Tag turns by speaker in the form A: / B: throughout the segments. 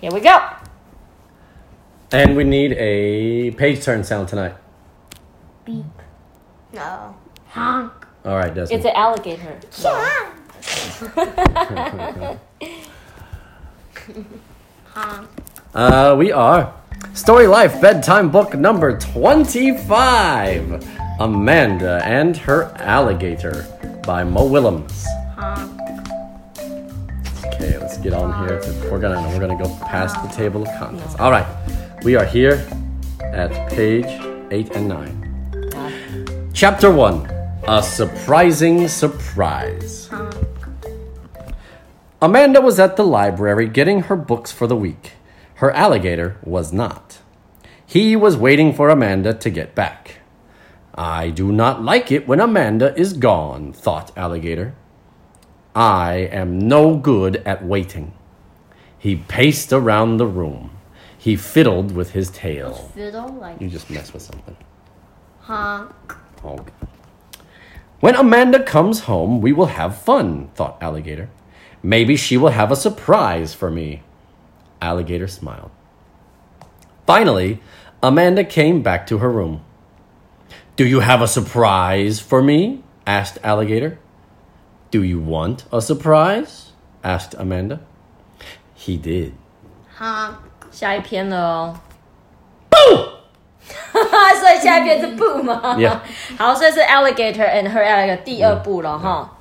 A: Here we go.
B: And we need a page turn sound tonight.
A: Beep.
C: No.
A: Honk.
B: All right,
A: It's
B: Desmond.
A: an alligator.
B: uh, we are Story Life Bedtime Book number 25 Amanda and Her Alligator by Mo Willems. Okay, let's get on here. to- We're gonna we're gonna go past the table of contents. All right, we are here at page eight and nine. Chapter one: A surprising surprise. Amanda was at the library getting her books for the week. Her alligator was not. He was waiting for Amanda to get back. I do not like it when Amanda is gone, thought Alligator. I am no good at waiting. He paced around the room. He fiddled with his tail.
C: Fiddle like
B: You just mess with something.
C: honk.
B: Oh. When Amanda comes home, we will have fun, thought Alligator. Maybe she will have a surprise for me. Alligator smiled. Finally, Amanda came back to her room. Do you have a surprise for me? asked Alligator. Do you want a surprise? asked Amanda. He did.
A: 下一篇了 哦。所以下一篇是布吗
B: Yeah
A: 好，所以是 alligator and her alligator 第二部了哈。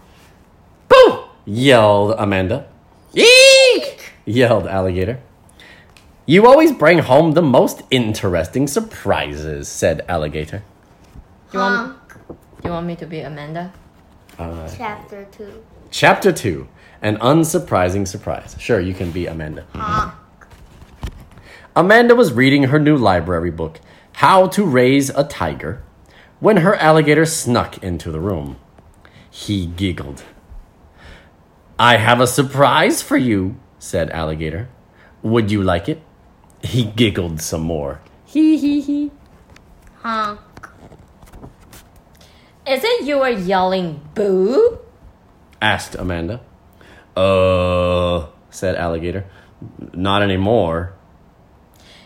B: Boo! yelled Amanda. Eek! yelled Alligator. You always bring home the most interesting surprises, said Alligator.
A: You want you want me to be Amanda?
C: Chapter two.
B: Chapter 2 An Unsurprising Surprise. Sure, you can be Amanda. Amanda was reading her new library book, How to Raise a Tiger, when her alligator snuck into the room. He giggled. I have a surprise for you, said Alligator. Would you like it? He giggled some more. Hee hee hee.
C: Honk.
A: Is it you are yelling boo?
B: asked Amanda. Uh, said Alligator. Not anymore.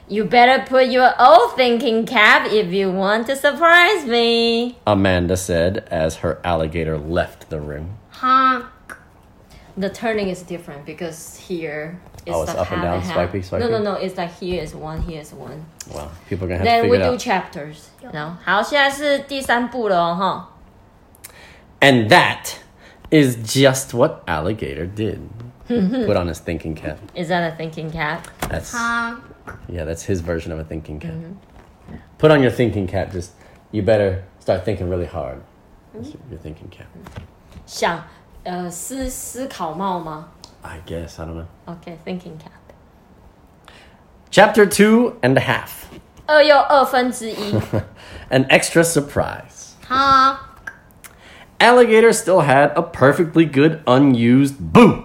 A: You better put your old-thinking cap if you want to surprise me.
B: Amanda said as her alligator left the room.
C: Honk.
A: The turning is different because here is
B: Oh, it's
A: the
B: up
A: half
B: and down,
A: half.
B: swipey, swipey?
A: No, no, no. It's like here is one, here is one.
B: Wow, people are gonna have to
A: Then we
B: figure it
A: do
B: out.
A: chapters. No，好，现在是第三部了哦哈。
B: and that is just what alligator did. Put on his thinking cap.
A: Is that a thinking cap?
B: That's
C: Honk.
B: yeah, that's his version of a thinking cap. Put on your thinking cap. Just you better start thinking really hard. That's Your thinking cap.
A: 想呃 uh, 思思考帽吗
B: I guess I don't know.
A: ？OK，thinking、cap。
B: Chapter two and a half.
A: 二又二分之 一，
B: An extra surprise.
C: Honk.
B: Alligator still had a perfectly good unused boo,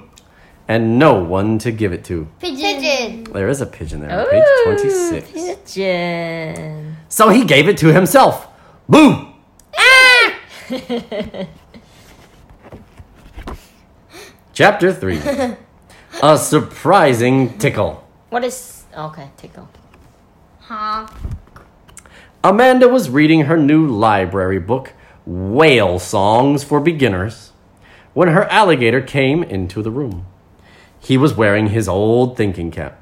B: and no one to give it to.
C: Pigeon. Pigeon.
B: There is a pigeon there on page 26.
A: Oh, Pigeon.
B: So he gave it to himself. Boo! Chapter 3 A Surprising Tickle.
A: What is OK tickle？
C: Honk.
B: Amanda was reading her new library book, Whale Songs for Beginners, when her alligator came into the room. He was wearing his old thinking cap.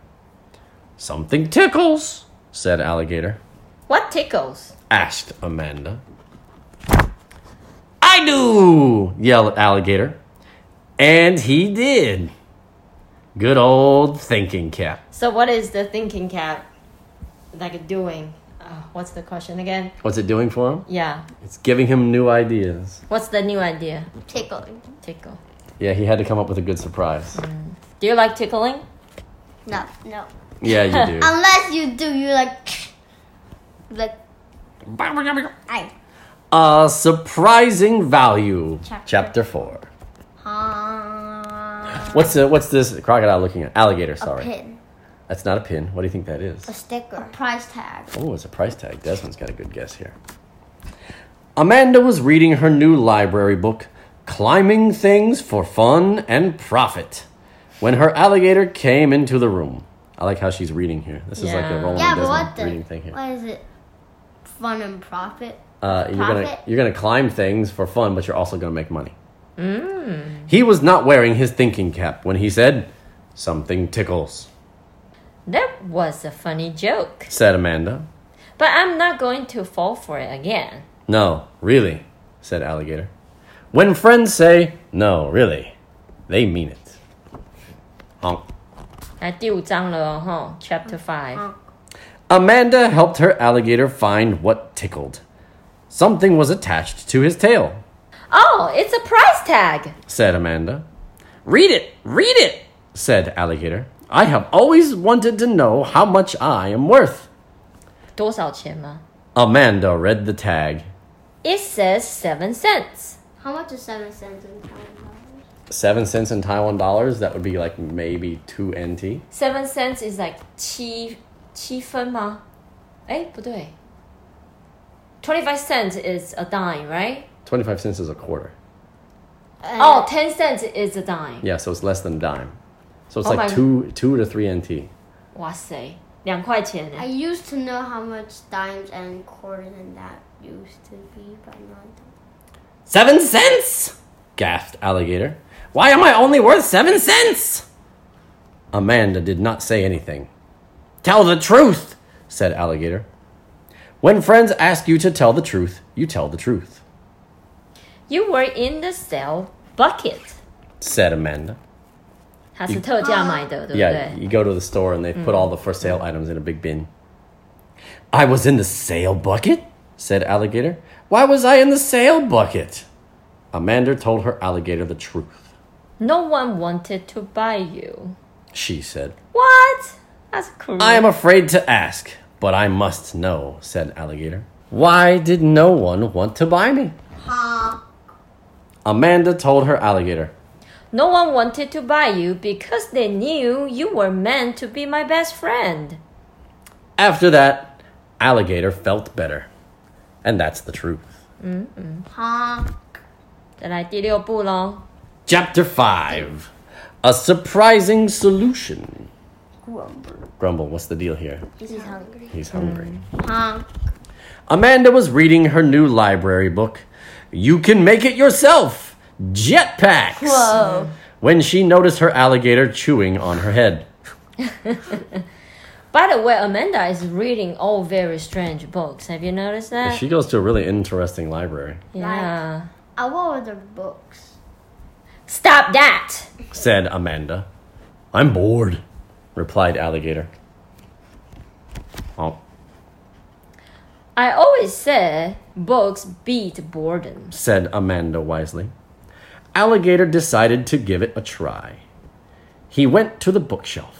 B: Something tickles, said Alligator.
A: What tickles？
B: asked Amanda. I do, yelled Alligator. And he did. Good old thinking cap.
A: So what is the thinking cap like doing? Uh, what's the question again?
B: What's it doing for him?
A: Yeah.
B: It's giving him new ideas.
A: What's the new idea?
C: Tickling.
A: Tickle.
B: Yeah, he had to come up with a good surprise.
A: Do you like tickling?
C: No. No.
B: Yeah, you do.
C: Unless you do, you like. Like. I.
B: A surprising value.
C: Chapter.
B: Chapter 4.
C: Honk.
B: What's the, what's this crocodile looking at? Alligator, sorry.
C: Pin.
B: That's not a pin. What do you think that is?
C: A sticker. A price tag.
B: Oh, it's a price tag. Desmond's got a good guess here. Amanda was reading her new library book, Climbing Things for Fun and Profit, when her alligator came into the room. I like how she's reading here. This is like a
A: Yeah.
B: Roland
C: Yeah, but
B: Desmond
C: what the?
B: reading thing here.
C: What is it? Fun and profit?
B: Uh, you're gonna
C: Profit?
B: you're gonna climb things for fun, but you're also gonna make money. He was not wearing his thinking cap when he said, "Something tickles,"
A: That was a funny joke.
B: said Amanda.
A: But I'm not going to fall for it again.
B: No, really, said Alligator. When friends say, no, really, they mean it. Um, Honk.
A: 来第五章了哦，哈 Chapter Five.
B: Amanda helped her alligator find what tickled. Something was attached to his tail,
A: Oh, it's a price tag.
B: said Amanda. Read it, read it, said Alligator. I have always wanted to know how much I am worth.
A: 多少钱吗？
B: Amanda read the tag.
A: It says seven cents.
C: How much is seven cents in Taiwan?
B: Seven cents in Taiwan dollars, that would be like maybe 2 NT.
A: Seven cents is like Eh, 七七分吗？哎，不对。Twenty-five cents is a dime, right?
B: 25 cents is a quarter.
A: Oh, ten cents is a dime.
B: Yeah, so it's less than a dime. So it's
A: Oh my-
B: like two two to three NT.
A: 哇塞，两块钱呢。
C: I used to know how much dimes and quarters and that used to be, but not.
B: Seven cents? gasped Alligator. Why am I only worth seven cents? Amanda did not say anything. Tell the truth, said Alligator. When friends ask you to tell the truth, you tell the truth,
A: You were in the sale bucket.
B: said Amanda.
A: 它是特价买的，对不对？
B: Yeah, you go to the store and they put all the for sale items in a big bin. I was in the sale bucket, said Alligator. Why was I in the sale bucket? Amanda told her alligator the truth.
A: No one wanted to buy you.
B: She said,
A: What? That's cruel.
B: I am afraid to ask, but I must know, said Alligator. Why did no one want to buy me?
C: Ha!
B: Amanda told her alligator.
A: no one wanted to buy you because they knew you were meant to be my best friend.
B: After that, alligator felt better. And that's the truth.
C: Ha!
A: 再来第六步喽。
B: Chapter 5 A Surprising Solution.
C: Grumble.
B: Grumble, what's the deal here?
C: He's hungry. Mm.
B: He's hungry.
C: Ha!
B: Amanda was reading her new library book, You Can Make It Yourself Jetpacks.
A: Oh.
B: When she noticed her alligator chewing on her head.
A: By the way, Amanda is reading all very strange books. Have you noticed that?
B: She goes to a really interesting library,
A: yeah.
C: I want Uh, the books.
A: Stop that!
B: said Amanda. I'm bored, replied Alligator. Oh,
A: I always say books beat boredom.
B: said Amanda wisely. Alligator decided to give it a try. He went to the bookshelf.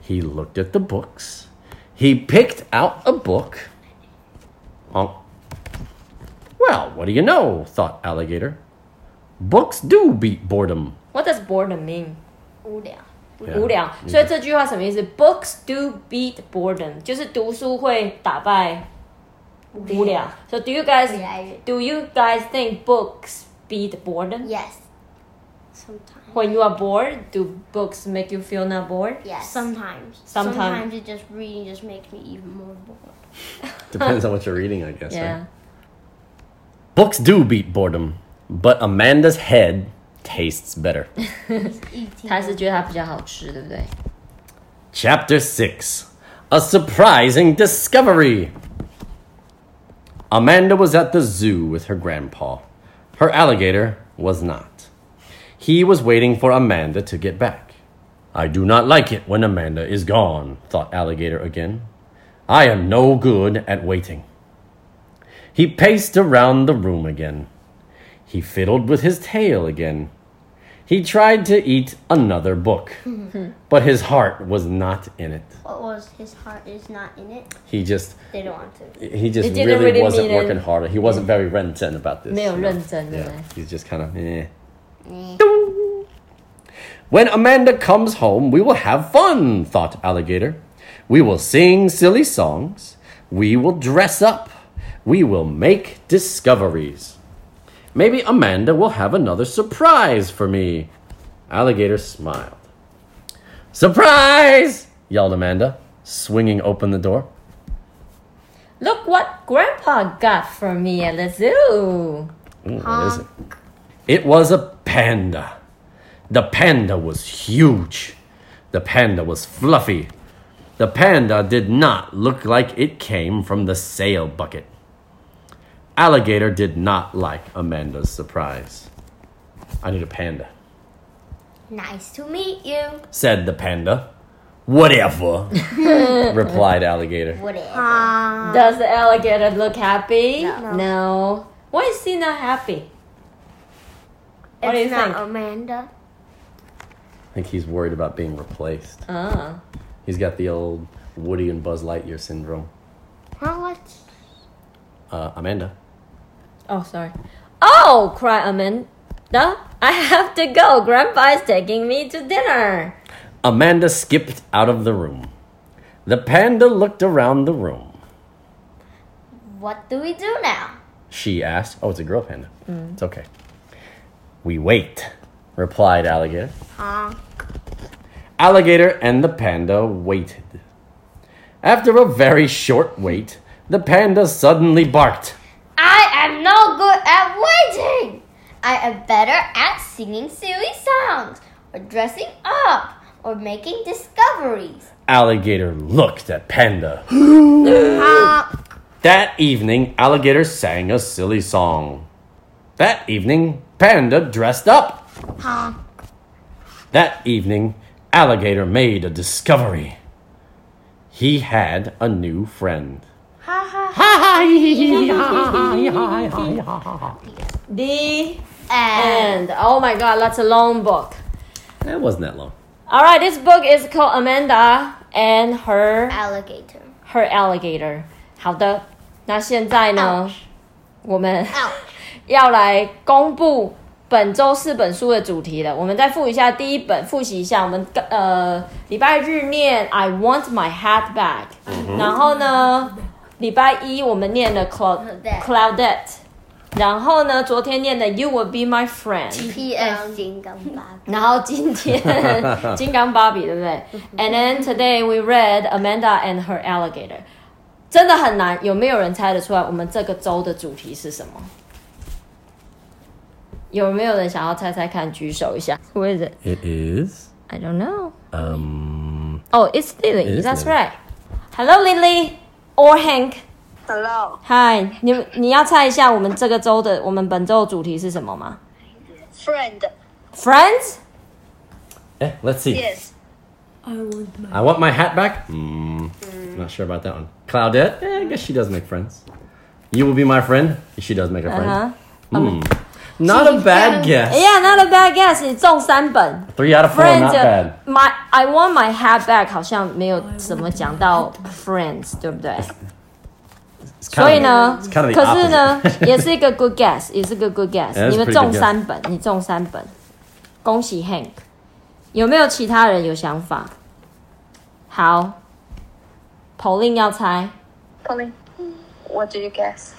B: He looked at the books. He picked out a book. Honk. Well, what do you know? thought Alligator. Books do beat boredom.
A: What does boredom mean?
C: 无聊.
B: Yeah.
A: 无聊，
C: Mm-hmm.
A: 所以这句话什么意思？Books do beat boredom，就是读书会打败无聊。So do you guys
C: 无聊。
A: do you guys think books beat boredom?
C: Yes. Sometimes.
A: When you are bored, do books make you feel not bored?
C: Yes. Sometimes.
A: Sometime.
C: Sometimes it just reading just makes me even more bored.
B: Depends on what you're reading, I guess. right?
A: Yeah.
B: Books do beat boredom, but Amanda's head tastes better.
C: Eating.
A: 他是觉得它比较好吃，对不对？
B: Chapter 6 A Surprising Discovery. Amanda was at the zoo with her grandpa. Her alligator was not. He was waiting for Amanda to get back. I do not like it when Amanda is gone, thought Alligator again. I am no good at waiting. He paced around the room again. He fiddled with his tail again. He tried to eat another book, but his heart was not in it.
C: What was his heart is not in it.
B: He just
C: They don't want to.
B: he just
A: It
B: really,
A: didn't really
B: wasn't
A: mean it.
B: working harder. He wasn't very rentan about this.
A: 没有
B: you know?
A: 认真对不
B: Yeah,
A: 对？
B: he's just kind of eh. Dong. When Amanda comes home, we will have fun, thought Alligator. We will sing silly songs. We will dress up. We will make discoveries. Maybe Amanda will have another surprise for me. Alligator smiled. Surprise! yelled Amanda, swinging open the door.
A: Look what Grandpa got for me at the zoo.
B: Ooh, what is it? It was a panda. The panda was huge. The panda was fluffy. The panda did not look like it came from the sale bucket. Alligator did not like Amanda's surprise. I need a panda,
C: Nice to meet you.
B: said the panda. Whatever, replied Alligator.
C: Whatever.
A: Does the alligator look happy?
C: No.
A: Why is he not happy? What do you
C: It's not
A: think?
C: Amanda.
B: I think he's worried about being replaced.
A: Ah.
B: He's got the old Woody and Buzz Lightyear syndrome.
C: Huh? What?
B: Uh, Amanda.
A: Oh, sorry. Oh, cried Amanda. I have to go. Grandpa is taking me to dinner.
B: Amanda skipped out of the room. The panda looked around the room.
C: What do we do now?
B: She asked, Oh, it's a girl panda. It's okay. We wait, replied Alligator.
C: Huh?
B: Alligator and the panda waited. After a very short wait, the panda suddenly barked.
C: I am no good at waiting. I am better at singing silly songs, or dressing up, or making discoveries.
B: Alligator looked at Panda.
C: Huh?
B: That evening, Alligator sang a silly song. That evening, Panda dressed up.
C: Huh?
B: That evening, Alligator made a discovery. He had a new friend.
C: Ha ha.
B: that
A: The
C: And
A: end. Oh my god, that's a long book.
B: wasn't that long.
A: Alright, this book is called Amanda and Her
C: alligator.
A: Her Alligator。好的，那现在呢
C: Ouch
A: 我们
C: Ouch.
A: 要来公布本周四本书的主题了。我们再复一下第一本，复习一下。我们呃礼拜日念 I want my hat back，、然后呢礼拜一我们念了 Cloud
C: Claudette
A: Cloudette，然后呢昨天念的 You will be my friend。
C: P.S. 金刚芭比。
A: 然后今天 金刚芭比，对不对？And then today we read Amanda and her alligator，真的很难，有没有人猜得出来我们这个周的主题是什么？有没有人想要猜猜看？举手一下。Who is it?
B: It is.
A: I don't know.
B: Um.
A: Oh, it's Lily.
B: It is
A: That's
B: Lily.
A: right. Hello, Lily or Hank.
D: Hello，
A: Hi，你们你要猜一下我们这个周的我们本周的主题是什么吗
D: friend.
A: ？Friends?
B: eh, let's see.
D: Yes.
B: I want my hat back. Mm, Not sure about that one. Claudette. Eh, I guess she does make friends. You will be my friend. She does make a friend.
A: Uh-huh.
B: Hmm. Not a bad guess.
A: Yeah, not a bad guess. 你中三本。
B: Three out of four.
A: Friends，
B: Not bad.
A: my I want my hat back 好像没有怎么讲到 Friends，对不对？
B: It's
A: 所
B: kind
A: 以
B: of-
A: 呢
B: it's kind，of the
A: 可是呢
B: opposite.
A: 也是一个 good guess，也是个 good guess。
B: Yeah, that's
A: 你们
B: pretty
A: 中
B: good guess.
A: 三本，你中三本，恭喜 Hank。有没有其他人有想法？好，Pauline 要猜
D: Colleen, what do you guess?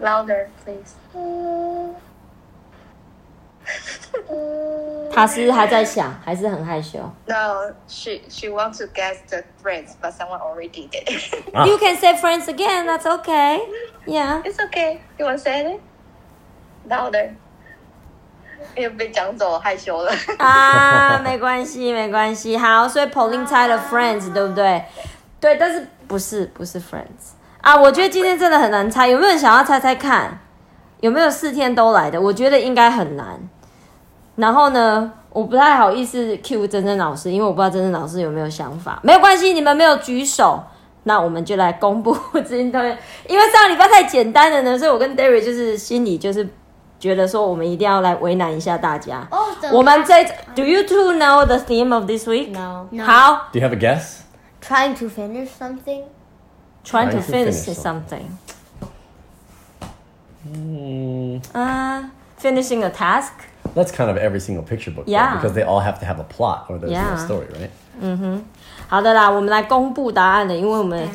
D: Louder, please.
A: 他是还在想，还是很害羞。
D: No, she she wants to guess the friends, but someone already did it.
B: 啊
A: You can say friends again, that's okay. Yeah.
D: it's okay. You want to say it? Louder. 因为被讲走，害羞了。
A: 啊，没关系，没关系。好，所以 Pauline 猜了 Friends，对不对？对，但是不是不是 Friends 啊？我觉得今天真的很难猜，有没有人想要猜猜看？有没有四天都来的？我觉得应该很难。然后呢，我不太好意思 Q 珍珍老师，因为我不知道珍珍老师有没有想法。没有关系，你们没有举手，那我们就来公布今天。因为上礼拜太简单了呢，所以我跟 Derry 就是心里就是觉得说，我们一定要来为难一下大家。
C: Oh, the
A: 我们这 Do you two know the theme of this week?
C: No. No.
A: 好
B: Do you have a guess?
C: Trying to finish something.
A: ，trying to
B: Trying to finish
A: finish something.
B: Mm,
A: 啊 finishing a task.
B: that's kind of every single picture book. though,
A: Yeah.
B: because they all have to have a plot or there's
A: Yeah.
B: no story, right?
A: 好的啦，我们来公布答案了，因为我们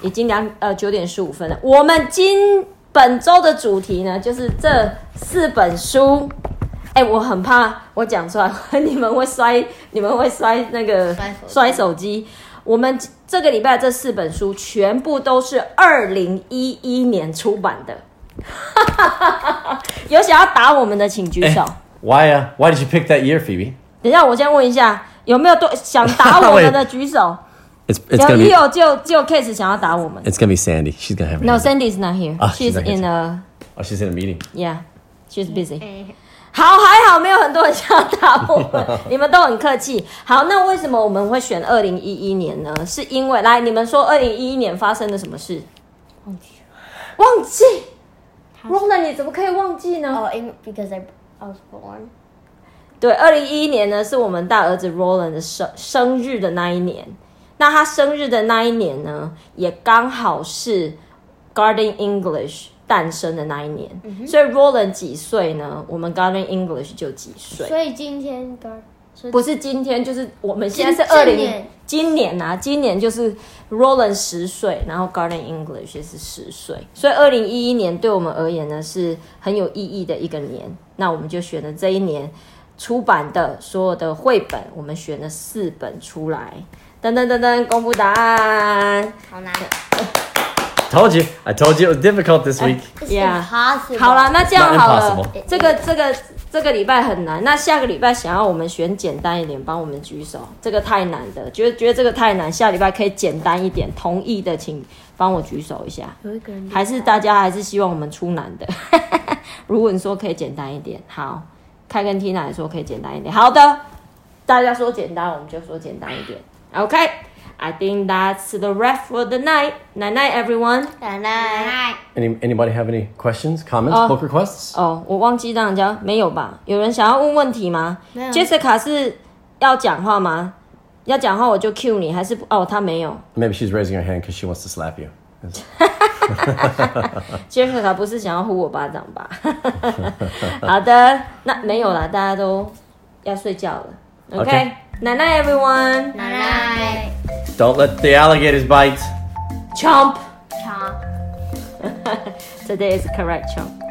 A: 已经两呃九点十五分了。我们今本周的主题呢，就是这四本书。哎、我很 怕我讲出来，你们会摔，你们会摔那个
C: 摔手机
A: 手机。我们这个礼拜这四本书全部都是二零一一年出版的。 有想要打我们的，请举手。
B: Why? Uh, why did you pick that year, Phoebe?
A: 等一下，我先问一下，有没有多想打我们的举手？
B: It's it's
A: 有
B: gonna
A: 一
B: be
A: 有就就 case 想要打我们。
B: it's gonna be Sandy. She's gonna have her
A: No,
B: hand up.
A: Sandy's not here.
B: 啊
A: she's
B: she's not here
A: in a
B: Oh, she's in a meeting.
A: yeah, she's busy. 好，还好没有很多人想打我们，你们都很客气。好，那为什么我们会选二零一一年呢？是因为来，你们说二零一一年发生了什么事？忘记。Rona，你怎么可以忘记呢？
C: Oh, in, because I, I was born.
A: 对，二零一一年呢，是我们大儿子 Roland 的生生日的那一年。那他生日的那一年呢，也刚好是 Garden English 诞生的那一年。所以 Roland 几岁呢？我们 Garden English 就几岁。
C: 所以今天跟
A: 不是今天，就是我们现在是二
C: 今
A: 零
C: 年
A: 今年啊，今年就是 Roland 十岁，然后 Garden English 也是十岁，所以二零一一年对我们而言呢是很有意义的一个年。那我们就选了这一年出版的所有的绘本，我们选了四本出来。噔噔噔噔，公布答案。
C: 好难
B: Told you. I told you it was difficult
A: Uh.
B: this week.
C: It's
A: Yeah.
C: impossible.
A: 好了，那这样
B: Not
A: 好了
B: impossible.，
A: 这个这个这个礼拜很难。那下个礼拜想要我们选简单一点，帮我们举手。这个太难的，觉得觉得这个太难，下礼拜可以简单一点。同意的请帮我举手一下。
C: 有一个人
A: 还是大家还是希望我们出难的。 如果你说可以简单一点，好，开跟 Tina 也说可以简单一点，好的，大家说简单，我们就说简单一点。OK，I、think that's the wrap for the night. Night night everyone.
C: 奶奶
B: Any anybody have any questions, comments,
A: Oh.
B: book requests?
A: 哦，我忘记让人家没有吧？有人想要问问题吗
C: 没有
A: ？Jessica 是要讲话吗？要讲话我就 Q 你，还是不哦？他没有。
B: Maybe she's raising her hand because she wants to slap you.
A: Jessica 不是想要呼我巴掌 吧？好的，那没有啦，大家都要睡觉了。OK，,
B: OK
A: 奶奶 everyone
C: 奶奶
B: Don't let the alligators bite.
A: chomp
C: 长。
A: today is correct chomp。